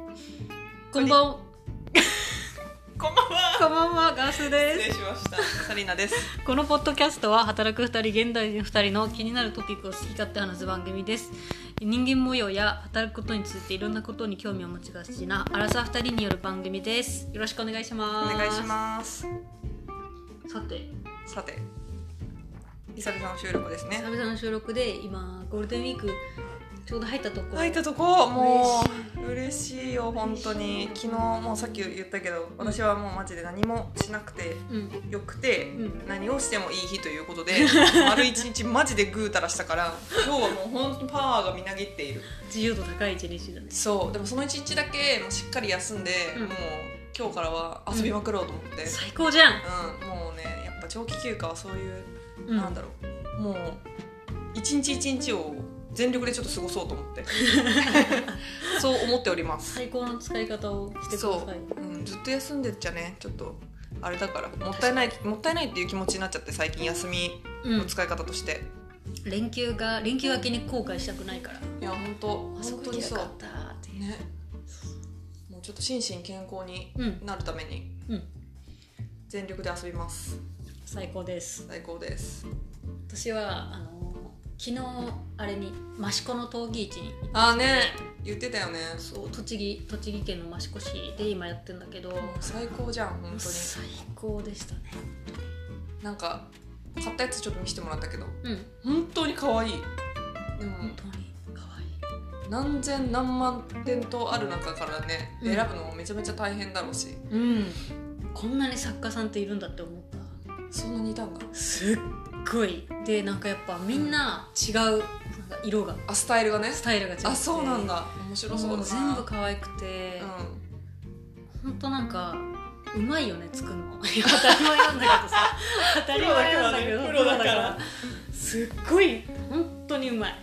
ここんんばばんんはは。こんばんは。こんばんはガース失で礼すしました。サリーナです。このポッドキャストは働く二人現代人二人の気になるトピックを好き勝手話す番組です人間模様や働くことについていろんなことに興味を持ちがちなアラサー二人による番組ですよろしくお願いしおます願いします。すさてさて、久々の収録ですね久。々の収録で今ゴールデンウィークちょうど入ったところ入ったとこもう嬉しいよ本当に昨日もうさっき言ったけど私はもうマジで何もしなくてうんよくて、うん何をしてもいい日ということで丸一日マジでぐうたらしたから今日はもう本当にパワーがみなぎっている自由度高い一日だねそうでもその一日だけもうしっかり休んで、うんもう今日からは遊びまくろうと思って、最高じゃん、うんもうねやっぱ長期休暇はそういう、うなんだろうもう一日一日を全力でちょっと過ごそうと思って そう思っております、最高の使い方をしてくだそ、さいううん、ずっと休んでっちゃねちょっとあれだからもったいないもったいないっていう気持ちになっちゃって最近休みうのん使い方として、連休が連休明けに後悔したくないからいや本当あそ本こ当行にきたそうかったっていうねもうちょっと心身健康にうんなるためにうん全力で遊びます最高です最高です私はあの昨日あれに益子の闘技市にああね言ってたよねそう栃木栃木県の益子市で今やってるんだけどもう最高じゃん本当に最高でしたねなんか買ったやつちょっと見せてもらったけどうん本当に可愛いでも本当に可愛い何千何万点とある中からねうん選ぶのもめちゃめちゃ大変だろうしうん、こんなに作家さんっているんだって思ったそんなにいたんだすっごいでなんかやっぱみんな違うなんか色があスタイルがねスタイルが違ってあそうなんだ面白そうもだなう全部可愛くて、うほんとなんかうまいよね作るの当 たり前なんだけどさ当たり前なんだけどプロだからねプロだからすっごい本当にうまいん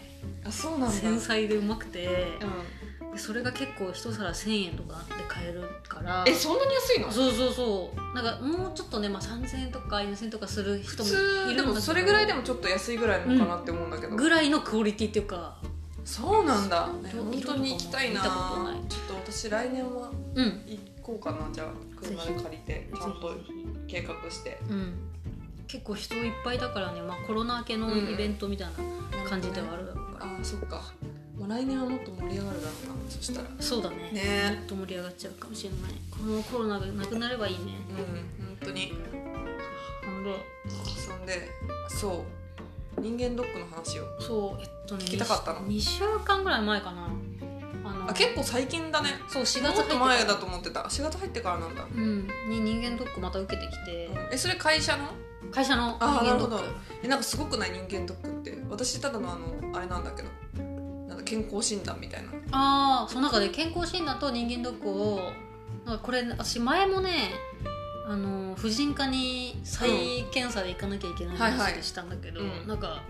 あそうなんだ繊細でうまくてうんでそれが結構一皿1,000円とかで買えるからえそんなに安いのそうそうそうなんかもうちょっとね、まあ、3,000円とか4,000円とかする普人もいる通んだけでどもそれぐらいでもちょっと安いぐらいのかなって思うんだけど、ぐらいのクオリティっていうかそうなんだねそう本当に行きたいな見たことないちょっと私来年はうん行こうかなじゃあ車で借りてちゃんとぜひぜひ計画してうん結構人いっぱいだからね、まあ、コロナ明けのイベントみたいな感じではあるだろうから、あーそっか、まあ、来年はもっと盛り上がるだろうなそしたらそうだねもねっと盛り上がっちゃうかもしれないこのコロナがなくなればいいねうん本当になのでそんでそう人間ドックの話をそうえっとね聞きたかったの2週間ぐらい前かなあのあ結構最近だねそう4月も入っってと前だと思ってた4月入ってからなんだ、うんに人間ドックまた受けてきて、うんえそれ会社の会社の人あーな間るドッほどクえなんかすごくない人間ドックって私ただのあのあれなんだけどなんか健康診断みたいなああその中で健康診断と人間ドックをなんかこれ私前もねあの婦人科に再検査で行かなきゃいけないはい話はいでしたんだけど、うんなんか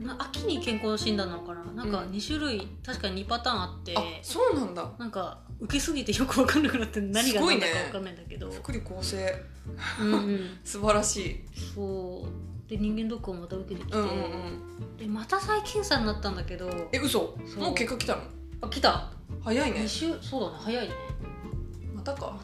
な秋に健康診断なのかななんかうん2種類、確かに2パターンあってあそうなんだなんか受けすぎてよく分かんなくなって何が何だか分かんないんだけど、福利厚生うんうん素晴らしいそうで人間ドックをまた受けてきて、うんうんうんでまた再検査になったんだけどえ嘘そうもう結果来たのあ来た早いね2週そうだね早いねまたか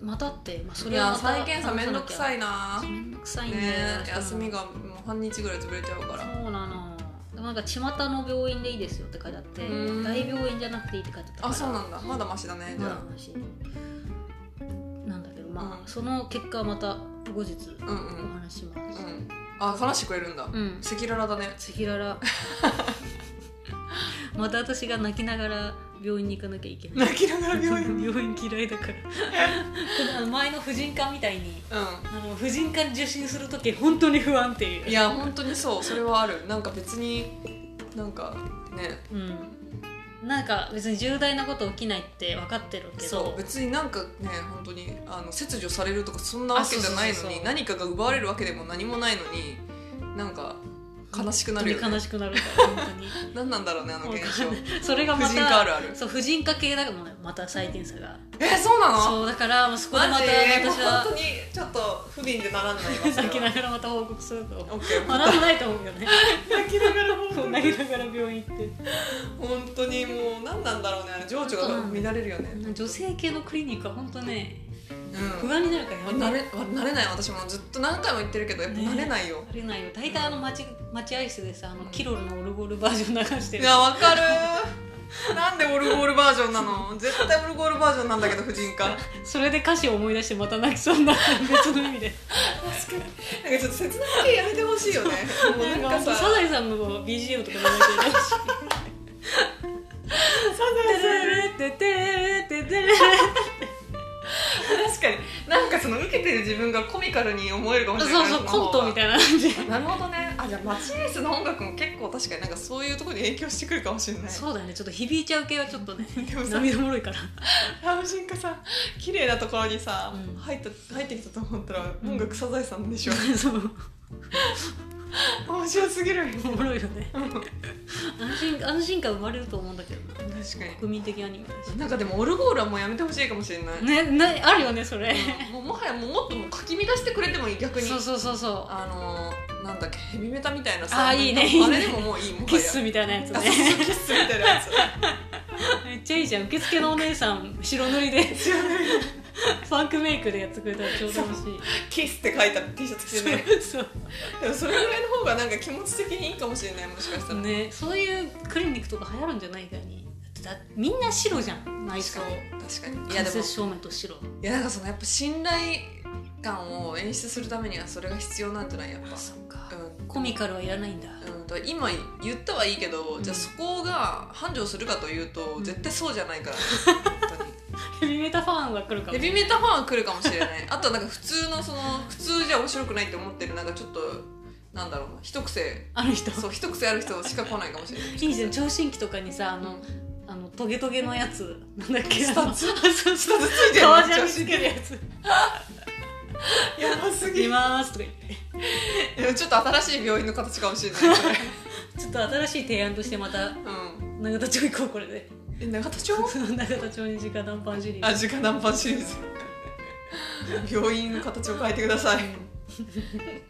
またって、まあ、そいれはやまた再検査めんどくさいいなめんどくさいねんだよえ休みがもう半日ぐらい潰れちゃうからそうなのでもなんか巷の病院でいいですよって書いてあってうん大病院じゃなくていいって書いてあったからあそうなんだまだマシだねじまだゃマシなんだけどまあ、うんその結果はまた後日あうんうおん話ししますうんあ話してくれるんだうん赤裸々だね赤裸々 また私が泣きながら病院に行かなきゃいけない泣きながら病 院病院嫌いだからあの 前の婦人科みたいにうあの婦人科に受診する時本当に不安っていうんいや本当にそうそれはあるなんか別になんかねうんなんか別に重大なこと起きないって分かってるけどそう別になんかね本当にあの切除されるとかそんなわけじゃないあそうそのうそうそにう何かが奪われるわけでも何もないのになんか悲しくな本る当よ、に悲ね、しくなるから本当に何なんだろうねあの現象わかん それがま婦た人科あるあるそう婦人科系だからもうまた採点差がえそうなのそうだからもうそこでまマたジもう私本は当にちょっと不憫でならんないま す泣きながらまた報告するとオッケー学ばないと思うよね泣きながら本そう泣きながら病院行って当にもう何なんだろうね情緒が乱れるよね女性系のクリニックは本当ねうん不安になるからやめ慣てれ慣れない私もずっと何回も言ってるけどやっぱ慣れないよ、あれないよ大体あの待ち待合室でさあのキロルのオルゴールバージョン流しているや わかるなんでオルゴールバージョンなの絶対オルゴールバージョンなんだけど婦人科なんかそれで歌詞を思い出してまた泣きそうになった別の意味でちょっと切な系やめてほしいよねもうななんんかかさサザエさんの BGM とか流れてるし テテレテテレテテレ確かになんかその受けてる自分がコミカルに思えるかもしれそなういそうコントみいたいな感じなるほどねあじゃあマチエースの音楽も結構確かになんかそういうところに影響してくるかもしれないそうだねちょっと響いちゃう系はちょっとね でもさ涙もろいからラ婦人科さ綺麗なところにさ、うん入った入ってきたと思ったらうん音楽サザエさんでしょ、 そう面白すぎるよおもろいよね確か安心安心感生まれると思うんだけどな国民的アニメだしになんかでもオルゴールはもうやめてほしいかもしれない、ねねあるよねそれうんもうもはやもうもっともうかき乱してくれてもいい逆にそうそうそうそうあのーなんだっけヘビメタみたいなさあーいいねなんかいいねあれでももういいもはやキッスみたいなやつあそうそうねキッスみたいな やつめっちゃいいじゃん受付のお姉さん白塗りで ファンクメイクでやってくれたらちょうど楽しいキッスって書いた T シャツ着てねそうでもそれぐらいの方がなんか気持ち的にいいかもしれないもしかしたら、ねそういうクリニックとか流行るんじゃないかにだってだみんな白じゃん内装そう確かにいや間でも接照明と白いやなんかそのやっぱ信頼感を演出するためにはそれが必要なんじゃないやっぱうかうんコミカルはいらないんだうんと今言ったはいいけど、うんじゃあそこが繁盛するかというと、うん絶対そうじゃないから、本当に ヘビメタファンが来るかもヘビメタファンは来るかもしれない あとはなんか普通のその普通じゃ面白くないって思ってるなんかちょっとなんだろうな一癖あの人そう一癖ある人しか来ないかもしれないいいじゃん聴診器とかにさあのあのトゲトゲのやつなんだっけスタッツそうつそういてる革ジャンにつけるやつちょっとやば「すぎいるまーす」とか言ってでもちょっと新しい病院の形かもしれないそれちょっと新しい提案としてまたうん永田町行こうこれで え永田町その永田町に直談判ジュリ あ、ー直談判シリーズ病院の形を変えてくだ さい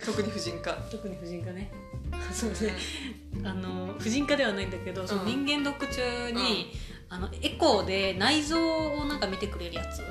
特に婦人科特に婦人科ね そうねあの婦人科ではないんだけど、その人間ドック中に、あのエコーで内臓をなんか見てくれるやつ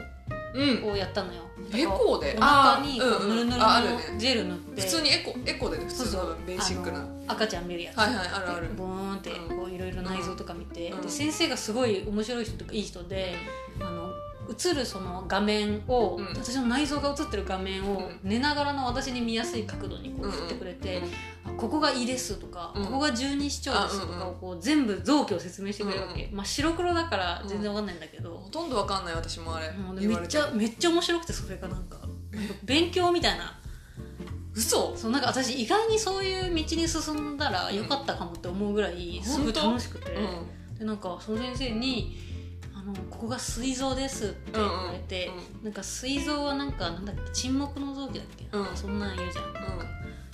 うんをやったのよエコーでお腹にこあーううぬんうるんぬるああるのねジェル塗って普通にエコエコでね普そう通そのうベーシックなあはの赤ちゃん見るやつ、いはいあるあるボーンってうんこういろいろ内臓とか見て、うんで先生がすごい面白い人とかいい人で、あの映るその画面を、うん私の内臓が映ってる画面を、うん寝ながらの私に見やすい角度にこう振ってくれて、あここが胃ですとか、うんここが十二指腸ですとあかうんをこう全部臓器を説明してくれるわけ、うまあ白黒だから全然わかんないんだけどほ、とんどわかんない私もあれもう言めわっれちてゃめっちゃ面白くてそれがなんかなんか勉強みたいな嘘そうなんか私意外にそういう道に進んだらよかったかもって思うぐらいんすごい楽しくて。うでなんかその先生に「あのここが膵臓です」って言われて、うんうんなんか膵臓はなんかなんだっけ沈黙の臓器だっけ、うんなんかそんなん言うじゃんんうん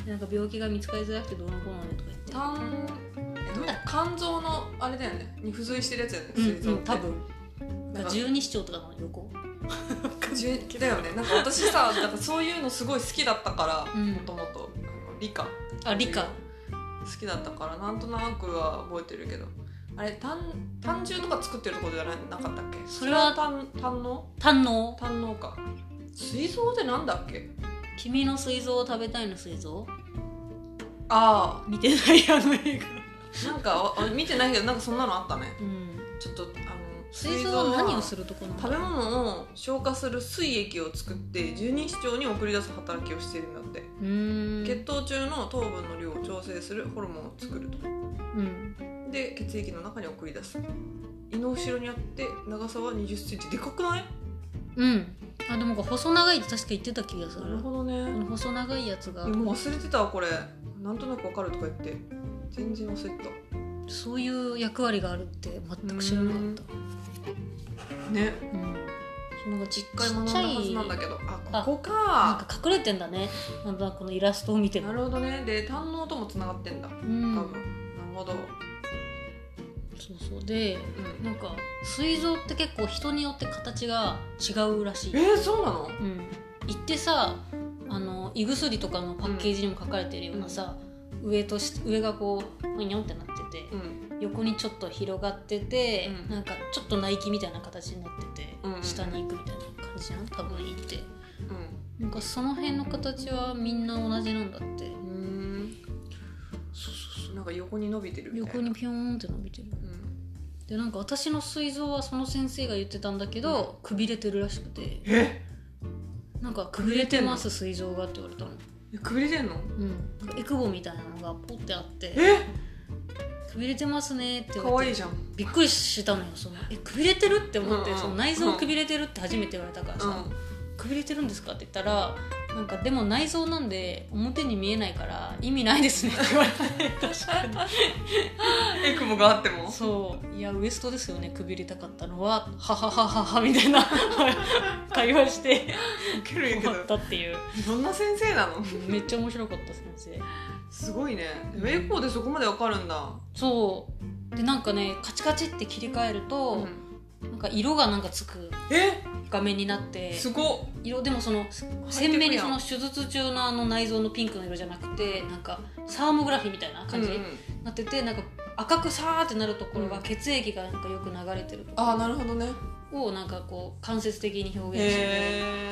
でなんか病気が見つかりづらくてどうのこうのねとか言って肝えなんだっ肝臓のあれだよねに付随してるやつだよね膵う臓ん、っうん、て多分なんなんかか十二指腸とかの横じゅだよねなんか私さなんかそういうのすごい好きだったからうんもともとあの理科あ理科好きだったからなんとなくは覚えてるけどあれ単単汁とか作ってるとこじゃななかったっけそれは単単能胆の単能か膵臓ってなんだっけ君の膵臓を食べたいの膵臓あ見てないあの映画あなんかあ見てないけどなんかそんなのあったねうんちょっとあの膵臓は何をするるとこなの食べ物を消化する膵液を作って十二指腸に送り出す働きをしているんだってうーん血糖中の糖分の量を調整するホルモンを作るとうんで血液の中に送り出す胃の後ろにあって長さは2 0センチでかくないうんあでもなんか細長いって確か言ってた気がすなるるほどねあの細長いやつがもう忘れてたわこれなんとなくわかるとか言って全然忘れてたそういう役割があるって全く知らなかったねうん、なんかちっ一回学んだはずなんだちっちけどああこゃこいなんかか隠れてんだねなんだこのイラストを見てもなるほどねで堪能ともつながってんだ多う分、んなるほど、そうそうでうん、なんか膵臓って結構人によって形が違うらしい、えー、そうなのうん、行ってさあの胃薬とかのパッケージにも書かれてるようなさ、上とし上がこうふにょんってなってて、うん横にちょっと広がってて、うんなんかちょっとナイキみたいな形になってて、うん下に行くみたいな感じじゃん多分行ってうなんかその辺の形はみんな同じなんだってんうんそうそうそうなんか横に伸びてるみたい横なにピョーンって伸びてるうん、でなんか私の膵臓はその先生が言ってたんだけど、くびれてるらしくてえなんかくびれてます膵臓がって言われたのくびれてんのうんエクボみたいなのがポってあってえくびれてますねって言可わ愛れいてじゃんびっくりしたのよそのえくびれてるって思って、うんうんその内臓くびれてるって初めて言われたからさ、うくびれてるんですかって言ったらなんかでも内臓なんで表に見えないから意味ないですねって言われて確かにん、エクモがあってもそういやウエストですよねくびれたかったのははははははみたいな 会話してウケるん終やけどわ ったっていうどんな先生なのめっちゃ面白かった先生すごいね英語でそこまでわかるんだ、そうでなんかねカチカチって切り替えるうと、なん、んか色がなんかつくえ画面になってすご色でもそのっ鮮明にそのハイ手術中のあの内臓のピンクの色じゃなくてなんかサーモグラフィーみたいなテクやん感じ、うんうんなっててなんか赤くさーってなるところうがん血液がなんかよく流れてるとこああなるほどねをなんかこう間接的に表現してへ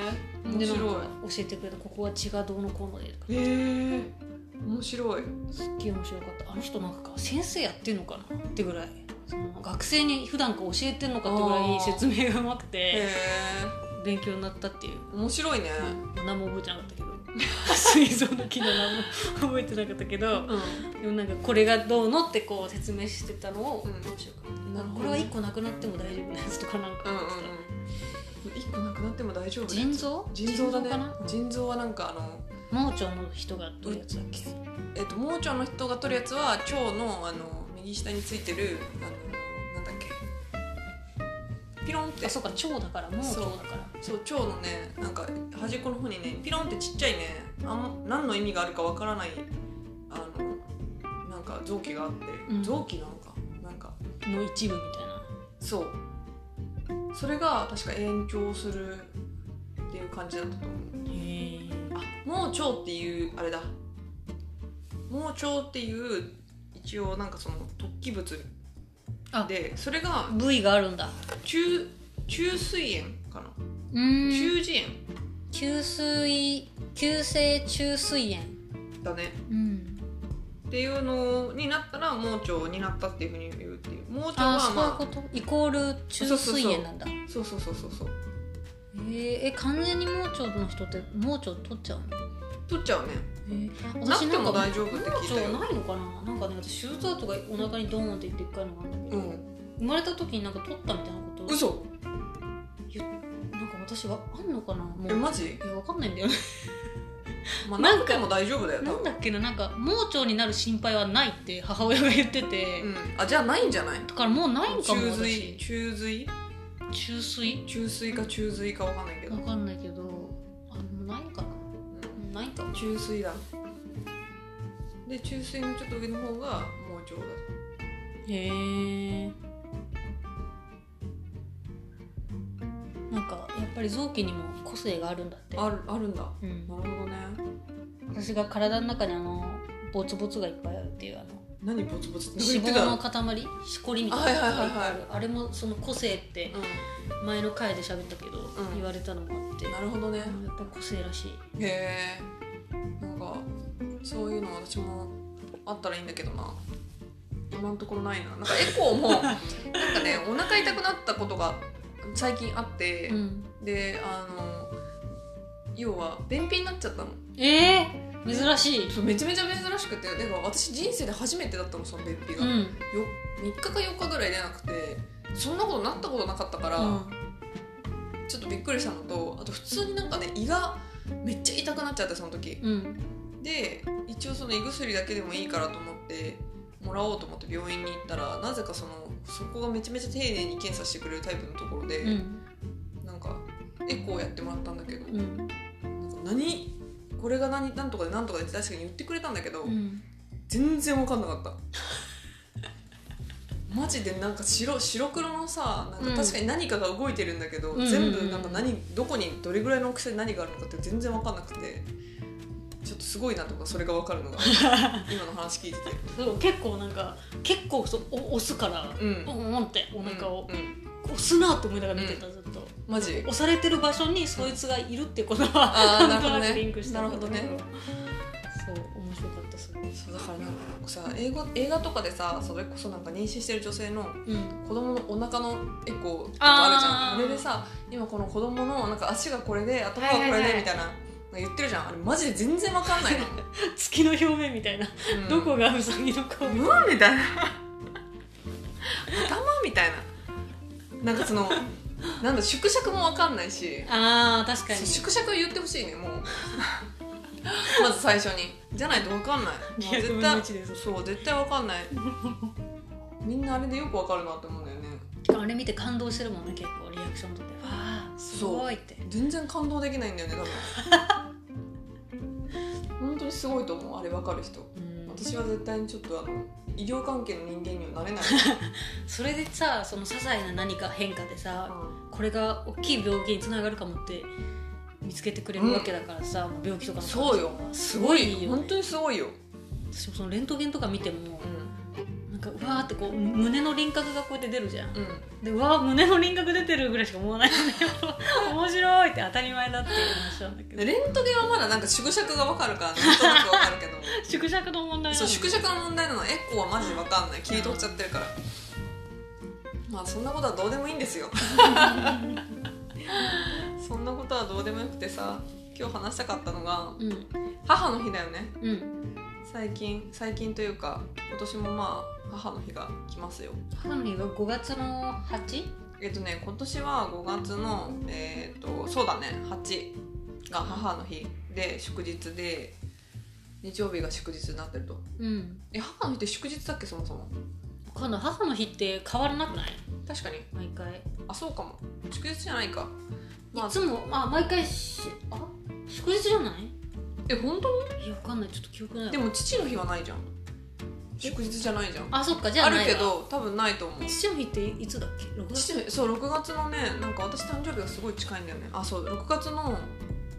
えて面でなんか白教いえてくれたここは血がどうのこうのでとかへえ面白いすっげえ面白かったあの人なんか先生やってんのかなってぐらいその学生に普段から教えてんのかってぐらあーい説明がうまくてへえ勉強になったっていう面白いね何も覚えてなかったけど 膵臓の機能何も覚えてなかったけどうでもなんかこれがどうのってこう説明してたのをうん面白かった、なるほどねこれは1個なくなっても大丈夫なやつとかなんかんうんうん一個なくなっても大丈夫腎臓腎臓だかねな腎臓はなんかあの盲腸の人がどういうやつだっけえっと盲腸の人が取るやつは腸のあの右下についてるあのなんだっけピロンってあそうか腸だから盲腸だからそう腸のねなんか端っこの方にねピロンってちっちゃいねあん何の意味があるかわからないあのなんか臓器があって、うん臓器なのかなんかの一部みたいなそうそれが確か延長するっていう感じだったと思うへあ盲腸っていうあれだ盲腸っていう一応なんかその突起物あでそれが部位があるんだ中中水炎かな、うーん中耳急水急性虫垂炎炎だねうんっていうのになったら盲腸になったっていうふうに言うっていう盲腸あはあそういうまあことイコール虫垂炎なんだそうそうそうそうそうへええ完全に盲腸の人って盲腸取っちゃうの取っちゃうねへえなくてもな大んか丈夫って聞い盲腸たよないのかななんかね私手術後がお腹にドーンってでっかいのがあるんだけうど、ん生まれた時になんか取ったみたいなこと嘘なんか私はあんのかなもうえマジい、やわかんないんだよねまあ、ななんかくても大丈夫だよ多なん分だっけななんか盲腸になる心配はないって母親が言ってて、うんあじゃあないんじゃないだからもうないんかも中私髄中髄中水中髄か中髄かわかんないけどわかんないけどあもうないんかなうんないんかも中水だで中水のちょっと上の方が盲腸だへえなんかやっぱり臓器にも個性があるんだってあるあるんだなうるん、ほどね私が体の中にあのボツボツがいっぱいあるっていうあの何ボツボツって脂言って肪のた塊しこりみたいなのがいっぱいあはいはいはいるはあれもその個性って前の回で喋ったけど、ん言われたのもあってうん、なるほどねやっぱ個性らしいへえんかそういうの私もあったらいいんだけどな今のところないななんかエコ ーもなんかねお腹痛くなったことが最近あって、うん、であの要は便秘になっちゃったのえー、珍しい、そうめちゃめちゃ珍しくてだから私人生で初めてだったのその便秘うが、んよ3日か4日ぐらい出なくてそんなことなったことなかったから、ちょっとびっくりしたのとあと普通になんかね胃がめっちゃ痛くなっちゃってその時うんうんで一応その胃薬だけでもいいからと思ってもらおうと思って病院に行ったらなぜかそのそこがめちゃめちゃ丁寧に検査してくれるタイプのところで、うんなんかエコーやってもらったんだけど、うんなんか何これが何なんとかでなんとかでって確かに言ってくれたんだけど、うん全然分かんなかった マジでなんか白白黒のさなんうんか確かに何かが動いてるんだけうど、んうんうん全部なんか何どこにどれぐらいの大きさに何があるのかって全然分かんなくてちょっとすごいなとかそれが分か るのが今の話聞いててそう結構なんか結構そお押すから、うんおんおんってお腹を、うんうん押すなって思いながら見てた、ずっと マジ押されてる場所にそいつがいるってことあは ーなんとななるほどくねリンクしたんだけどなるほどそう面白かったそれそうだからなんかさ英語映画とかでさそれこそなんか妊娠してる女性のうん子供のお腹のエコーとかあるじゃあーんあれでさ今この子供のなんか足がこれで頭がこはれいはいはでいみたいな、言ってるじゃんあれマジで全然わか んないの、月の表面みたいな、うんどこがウサギの顔うわみたいな頭みたいななんかそのなんだ縮尺もわかんないしあー確かにそう縮尺を言ってほしいねもう まず最初にじゃないとわかんないもう200絶分の対1ですそう絶対わかんないみんなあれでよくわかるなって思うんだよねあれ見て感動してるもんね結構リアクションとってわあすごいって全然感動できないんだよね多分 本当にすごいと思うあれわかる人うん私は絶対にちょっとあの医療関係の人間にはなれない、それでさその些細な何か変化でさこれが大きい病気につながるかもって見つけてくれるわけだからさ、病気とかのそうよすごいよ、本ね、当にすごいよ、私もそのレントゲンとか見てもうなんかうわーってこう胸の輪郭がこうやって出るじゃんんでうわー胸の輪郭出てるぐらいしか思わないんだけど 面白いって当たり前だっていう話なんだけどレントゲンはまだなんか縮尺がわかるからなんとなくわか るけど縮尺の問題なそのう縮尺の問題なのエコーはマジわかんない切り取っちゃってるからまあそんなことはどうでもいい んですよそんなことはどうでもよくてさ今日話したかったのがうん母の日だよねうん最近最近というか今年もまあ母の日が来ますよ母の日が5月の 8? えっとね今年は5月のえっとそうだね8が母の日で祝日で日曜日が祝日になってるとうんえ母の日って祝日だっけそもそも今度母の日って変わらなくない確かに毎回あそうかも祝日じゃないかいまあつもあ毎回しあ祝日じゃないえ本当にいやわかんないちょっと記憶ないわでも父の日はないじゃん祝日じゃないじゃんああそっかじゃあないるわけど多分ないと思う父の日っていつだっけ6月父の日そう6月のねなんか私誕生日がすごい近いんだよねあそう6月の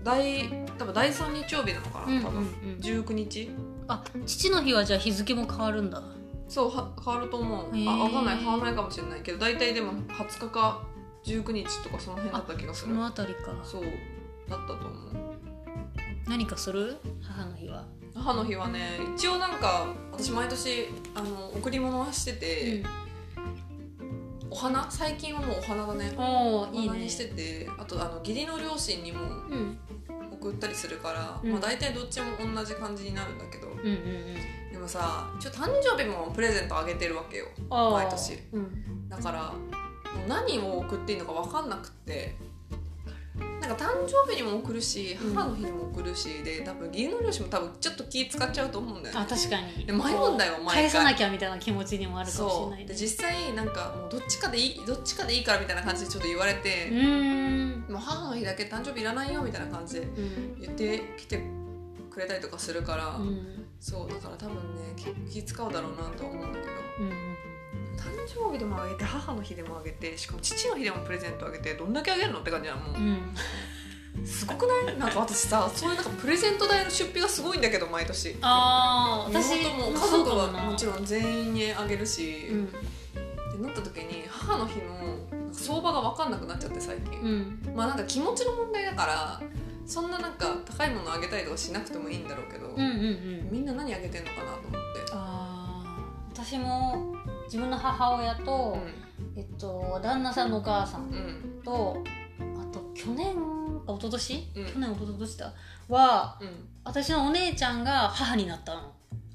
第多分第3日曜日なのかな、うんうん多う分ん19日あ父の日はじゃあ日付も変わるんだそうは変わると思うへーあわかんない変わらないかもしれないけど大体でも20日か19日とかその辺だった気がすそるのあたりかそうだったと思う何かする母の日は母の日はね一応なんか私毎年あの贈り物はしてて、お花最近はもうお花だねうん、おーおいい花ねにしててあとあの義理の両親にもうんうん送ったりするから、うんまあ、大体どっちも同じ感じになるんだけどうんうんでもさ一応誕生日もプレゼントあげてるわけよあー毎年うんだからもう何を送っていいのか分かんなくってなんか誕生日にも送るしうん母の日にも送るしで多分義理の両親も多分ちょっと気使っちゃうと思うんだよあね確かにで迷うんだよこう毎回返さなきゃみたいな気持ちにもあるかもしれそないうねで実際なんかもうどっちかでいいどっちかでいいからみたいな感じでちょっと言われてう、ーんもう母の日だけ誕生日いらないよみたいな感じでうん言ってきてくれたりとかするから、うんそうだから多分ね気気使うだろうなとは思うんだけどうん誕生日でもあげて母の日でもあげてしかも父の日でもプレゼントあげてどんだけあげるのって感じなのもうんうんうすごくないなんか私 さそういうなんかプレゼント代の出費がすごいんだけど毎年ああ私妹も家族そうはかなもちろん全員にあげるし、うっんてなった時に母の日のなんか相場が分かんなくなっちゃって最近、うんまあなんか気持ちの問題だからそんななんか高いものあげたりとかしなくてもいいんだろうけど、うんうんうんみんな何あげてんのかなと思ってあー私も自分の母親と、えっと、旦那さんのお母さんうんうんとあと去年か一昨年、うん去年一昨年だはうん私のお姉ちゃんが母になった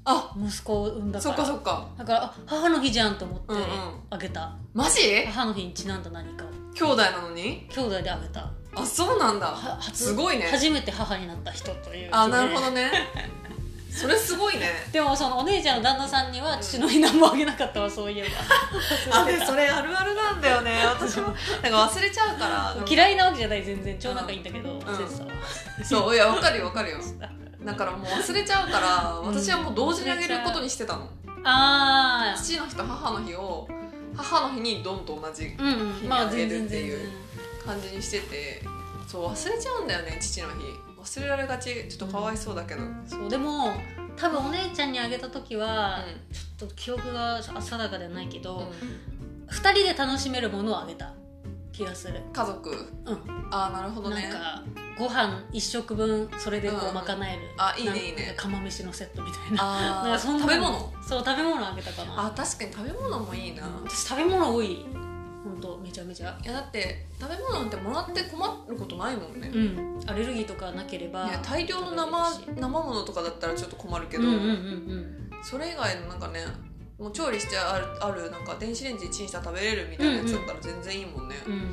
あの息子を産んだかそっらかそっかだからあ母の日じゃんと思ってうんうんあげた、マジ母の日にちなんだ何かを兄弟なのに兄弟であげたあそうなんだは初すごいね 初めて母になった人というあなるほどねそれすごいねでもそのお姉ちゃんの旦那さんには父の日何もあげなかったわそういえばあでそれあるあるなんだよね私もなんか忘れちゃうから 嫌いなわけじゃない全然超仲いいんだけど忘れてたわそういやわかるよわかるよだからもう忘れちゃうから私はもう同時にあげることにしてたのああ父の日と母の日を母の日にドンと同じうんうんまあ日にあげ全然るって全い然う感じにしててそう忘れちゃうんだよね父の日忘れられがちちょっとかわいそうだけど、うんそうでも多分お姉ちゃんにあげた時は、ちょっと記憶が定かではないけど、二人で楽しめるものをあげた気がする家族うん、ああなるほどなんねかご飯一食分それでこうんううん賄える、あいいねいいなんねか釜飯のセットみたいなあなんーかそんな食べ物そう食べ物あげたかなあ確かに食べ物もいいな、私食べ物多い本当めちゃめちゃいやだって食べ物なんてもらって困ることないもんね、ういんアレルギーとかなければや大量の食べ生生物とかだったらちょっと困るけれるしど、うんうんうんそれ以外のなんかねもう調理してあるあるなんか電子レンジチンしたら食べれるみたいなやつだったら全然いいもんね、うんうん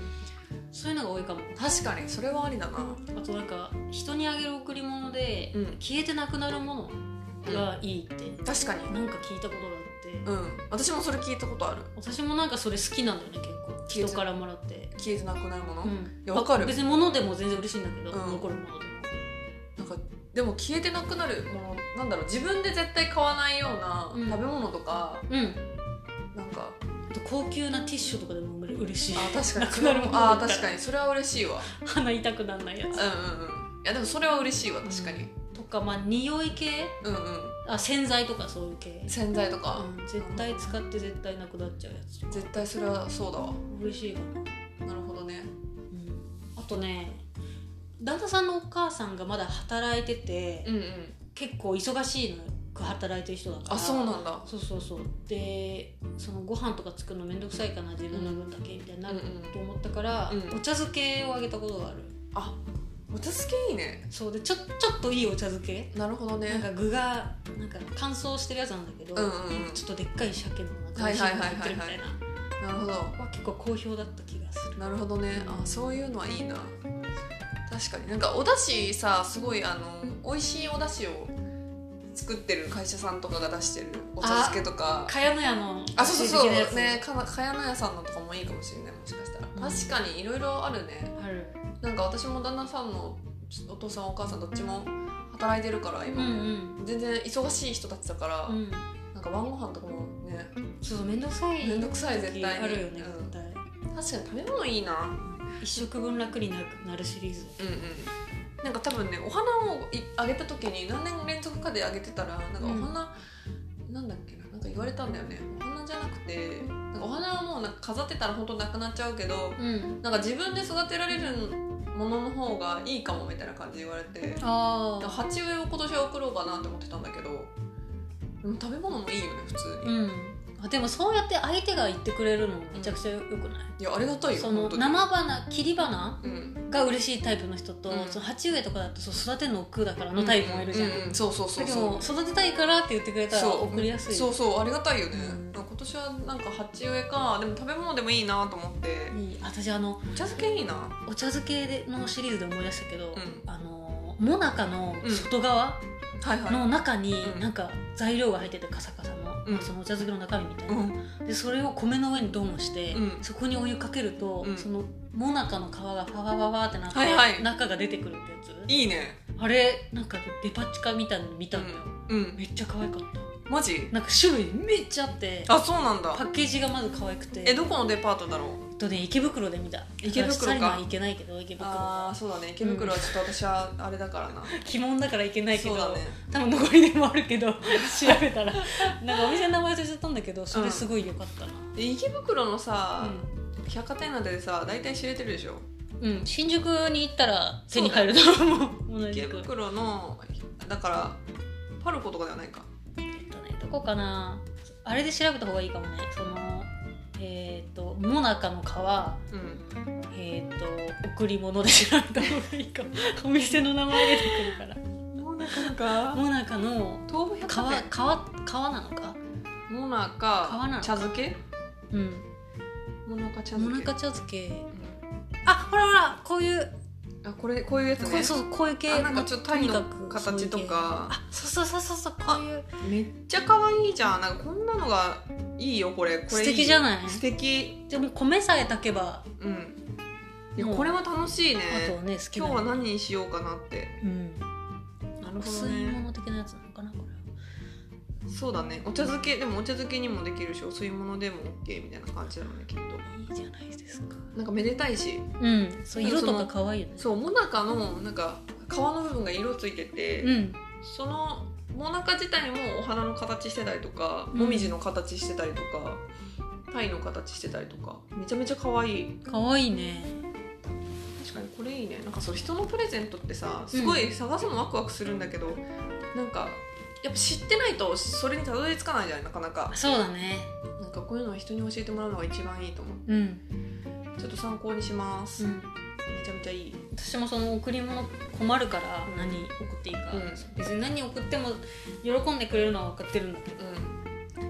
そういうのが多いかも確かにそれはありだな、あとなんか人にあげる贈り物で、うん消えてなくなるものがいいって、確かになんか聞いたことがあって、うん私もそれ聞いたことある私もなんかそれ好きなんだよね結消構え人てからもらって消えてなくなるもの、うんいやわかる別に物でも全然嬉しいんだけど、うん残るものでもなんかでも消えてなくなるものなんだろう自分で絶対買わないようなうん食べ物とか、うんなんかあと高級なティッシュとかでも嬉しいあ確かになそくれなるもものだあったら確かにそれは嬉しいわ鼻痛くならないやうんつ、うんうんいやでもそれは嬉しいわ確かに、とかまあ匂い系うん、うんあ洗剤とかそういう系、洗剤とか、うん、絶対使って絶対なくなっちゃうやつとか絶対それはそうだわ嬉しいかななるほどねあとね旦那さんのお母さんがまだ働いてて、うんうん結構忙しいのよ働いてる人だからあそうなんだそうそうそうでそのご飯とか作るの面倒くさいかな自分の分だけみたいになるうんうんと思ったから、うんお茶漬けをあげたことがあるあお茶漬けいいねそうでちょちょっといいお茶漬けなるほどなんねか具がなんか乾燥してるやつなんだけど、うんうんうんちょっとでっかい鮭のなんかはいはいはいはい入ってるみたいななるほどは結構好評だった気がするなるほどねあそういうのはいいな確かになんかお出汁さすごいあの美味しいお出汁を作ってる会社さんとかが出してるお茶漬けとか茅野屋のあそうそう教えてくれそたうやねかかやの屋さんのとかもいいかもしれないもしかしたらん確かにいろいろあるねつあるなんか私も旦那さんのお父さんお母さんどっちも働いてるからうんう今、ん全然忙しい人たちだから、うんなんか晩ご飯とかもねそうそう面倒くさい面倒くさい絶対にあるよね、う絶ん対確かに食べ物いいな一食分楽になるなるシリーズうんうんなんか多分ねお花をいあげた時に何年連続かであげてたらなんかお花、なんだっけななんか言われたんだよねお花じゃなくてなんかお花はもうなんか飾ってたら本当なくなっちゃうけどうんなんか自分で育てられるものの方がいいかもみたいな感じで言われてああ鉢植えを今年は送ろうかなって思ってたんだけどでも食べ物もいいよね普通に、ういんあでもそうやって相手が言ってくれるのもめちゃくちゃよくない、やありがたいよその本当に生花切り花うんが嬉しいタイプの人と、うんその鉢植えとかだとそう育てるの億劫だからのタイプもいるじゃん、うううそうそうそだうけそうど育てたいからって言ってくれたらそう送りやすいそうそうありがたいよね、うん今年はなんか鉢植えかでも食べ物でもいいなと思っていい私あのお茶漬けいいなお茶漬けでのシリーズで思い出したけど、うんあのモナカの外側はいはいの中にうんなんか材料が入っててカサカサの、うんそのお茶漬けの中身みたいな、うんでそれを米の上にドンして、うんそこにお湯かけると、うんそのもなかの皮がファファファファってなって、はいはい中が出てくるってやついいねあれなんかデパ地下みたいなの見たんだよ、うんめっちゃ可愛かったマジなんか種類めっちゃあってあそうなんだパッケージがまず可愛くてえどこのデパートだろうえっとね池袋で見た池袋かサリマン行けないけど池袋ああそうだね池袋はちょっと私はあれだからな、鬼門だから行けないけそうだど、ね多分残りでもあるけど調べたらなんかお店の名前忘れちゃったんだけどそれすごい良かったな、で池袋のさ、う百貨店なんてさ大体知れてるでしょん、うん、新宿に行ったら手に入ると思う同じ池く袋のだからパルコとかではないかえっとねどこかなあれで調べた方がいいかもねそのえっ、とモナカの皮うんえっ、と贈り物で調べた方がいいかもお店の名前出てくるかもうなからかモナカの豆腐皮皮百貨店皮なのかモ皮なナのカか茶漬けうんモナカ茶モ漬ナけカ茶漬けあほらほらこういうあこれこういうやつこうねそうこういう系あなんかちょっとタイのにかくそうい形う系とかあそうそうそうそうそうこういうめっちゃ可愛いじゃんなんかこんなのがいいよこれこれ素敵じゃない素敵でも米さえ炊けばうんいやもうこれは楽しいねあとはね好き今な日は何にしようかなってうんなおるほど吸いね物的なやつなのかなこれはそうだねお茶漬けでもお茶漬けにもできるしお吸い物でも OK みたいな感じなのねきっといいじゃないですかなんかめでたいしうんそう色とか可愛いよねそうもなかのなんか皮の部分が色ついてて、うんそのもなか自体もお花の形してたりとかうんもみじの形してたりとか、タイの形してたりとかめちゃめちゃ可愛い可愛いね確かにこれいいねなんかそう人のプレゼントってさすごい探すのワクワクするんだけど、なんかやっぱ知ってないとそれにたどり着かないじゃないなかなかそうだねなんかこういうのは人に教えてもらうのが一番いいと思ううん、ちょっと参考にします、うん、めちゃめちゃいい私もその贈り物困るからうん何送っていいか、うん別に何送っても喜んでくれるのは分かってるんだけどうん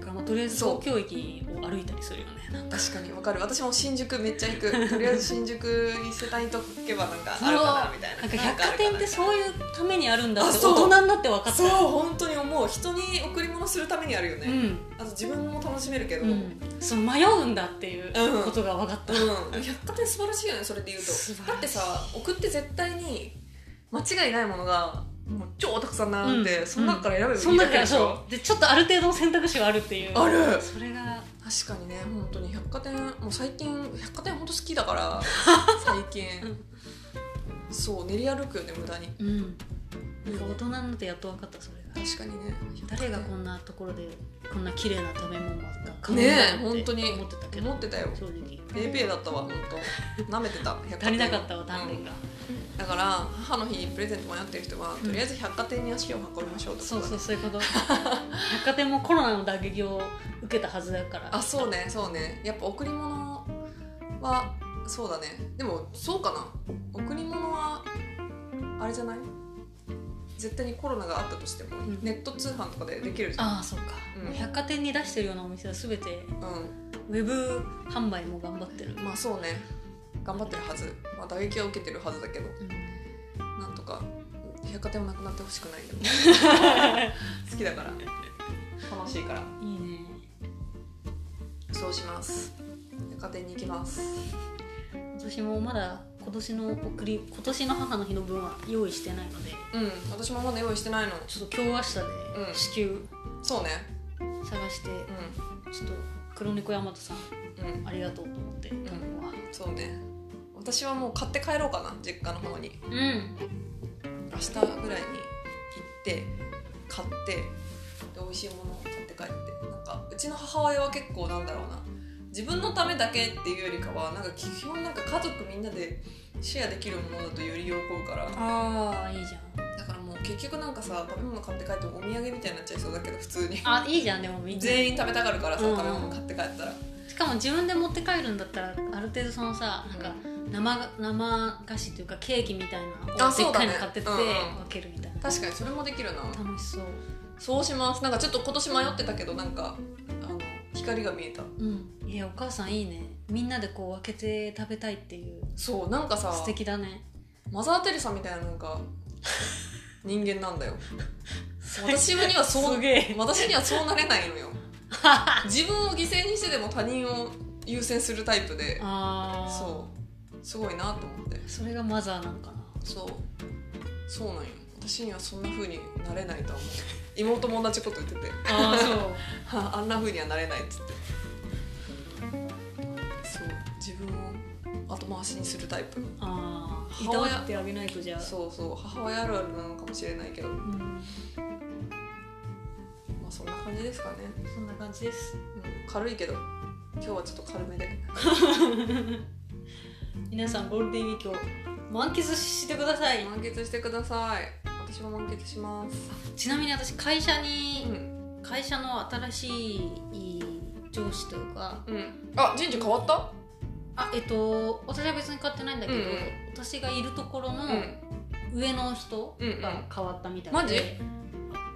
だからもうとりあえずそう東京駅を歩いたりするよねなんか確かにわかる私も新宿めっちゃ行くとりあえず新宿に世帯にとけばなんかあるかなみたいななんか百貨店ってそういうためにあるんだってあそう大人になって分かったそう本当に思う人に贈り物するためにあるよね、うんあと自分も楽しめるけど、ううんん、その迷うんだっていううんことが分かった、百貨店素晴らしいよねそれで言うと素晴らしいだってさ送って絶対に間違いないものがもう超たくさん並んで、うんその中から選べばそいんいなだかけでらしょそ、うでちょっとある程度の選択肢があるっていうあるそれが確かにね本当に百貨店もう最近百貨店本当好きだから 最近うんそう練り歩くよね無駄にうんなんか大人になってやっと分かったそれが確かにね誰がこんなところでこんな綺麗な食べ物が買うんねえだろうっ本て当に思ってたけど思ってたよ正直ペイペイだったわ本当舐めてた百足りなかったわ鍛単錬が、だから母の日にプレゼント迷ってる人は、とりあえず百貨店に足を運びましょうってこそとかうそうそういう こと百貨店もコロナの打撃を受けたはずだからあそうねそうねやっぱ贈り物はそうだねでもそうかな贈り物はあれじゃない絶対にコロナがあったとしても、んネット通販とかでできるじゃんああそうか、うん百貨店に出してるようなお店は全てうウェブ販売も頑張ってる、んまあそうね頑張ってるはず、まあ、打撃は受けてるはずだけどうんなんとか百貨店もなくなってほしくないよ 好きだから楽しいからいいねそうします百貨店に行きます私もまだ今年の送り今年の母の日の分は用意してないのでうん私もまだ用意してないのちょっと今日明日うでん支給そうね探して、うちょっと黒猫大和さんんうんありがとうと思って頼むわそうね私はもう買って帰ろうかな実家の方にうん、明日ぐらいに行って買ってで美味しいものを買って帰ってなんかうちの母親は結構なんだろうな自分のためだけっていうよりかはなんか基本なんか家族みんなでシェアできるものだとより喜ぶからああいいじゃんだからもう結局なんかさ食べ物買って帰ってもお土産みたいになっちゃいそうだけど普通にあいいじゃんでもみんな全員食べたがるからさ、うん食べ物買って帰ったらしかも自分で持って帰るんだったらある程度そのさなんか生が生菓子というかケーキみたいなあをでそっうだかいねの買ってってうん分うんけるみたいな、確かにそれもできるな楽しそうそうしますなんかちょっと今年迷ってたけどなんかあの光が見えたうんいやお母さんいいねみんなでこう分けて食べたいっていうそうなんかさ素敵だねマザー・テレサみたいななんか人間な んだよ私にはそうすげえ私にはそうなれない のよ自分を犠牲にしてでも他人を優先するタイプでああそうすごいなと思ってそれがマザーなのかなそうそうなんよ私にはそんな風になれないと は思う妹も同じこと言ってて ああそうあんな風にはなれないっつってそう自分を後回しにするタイプ ああい母た親わってあげないとじゃあそうそう母親あるあるなのかもしれないけどまうん、あそんな感じですかねそんな感じですうん軽いけど今日はちょっと軽めで皆さんゴールデンウィークを満喫してください満喫してください私も満喫しますちなみに私会社うに、ん会社の新しい上司というかうんあ人事変わったあえっと私は別に買ってないんだけど、うんうん私がいるところのうん上の人うんうんが変わったみたいで、マジ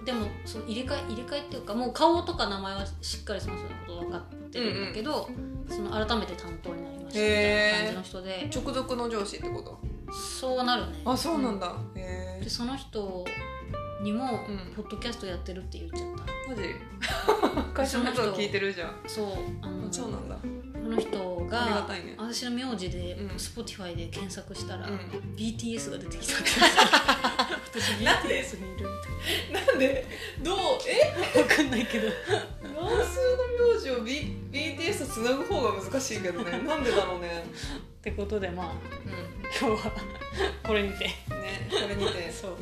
でもその入れ替え入れ替えっていうかもう顔とか名前はしっかりその人のこと分かってるんだけど、その改めて担当になりましたみたいな感じの人で直属の上司ってことそうなるねあそうなんだへえでその人にも、うんポッドキャストやってるって言っちゃったマジ 会社のことを聞いてるじゃんそうあのそうなんだこの人がありがたいね私の名字で、うん Spotify で検索したら、うん BTS が出てきた 私なんで BTS にいるなんでどうえみたいな分かんないけど乱数の名字を、B、BTS とつなぐ方が難しいけどねなんでだろうねってことでまあう今日はこれにてんねこれにてそう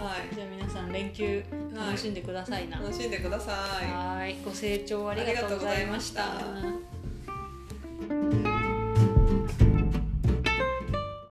はいじゃあ皆さん連休楽しんでくださいな、楽しんでくださいはーいご清聴ありがとうございましたありがとうございま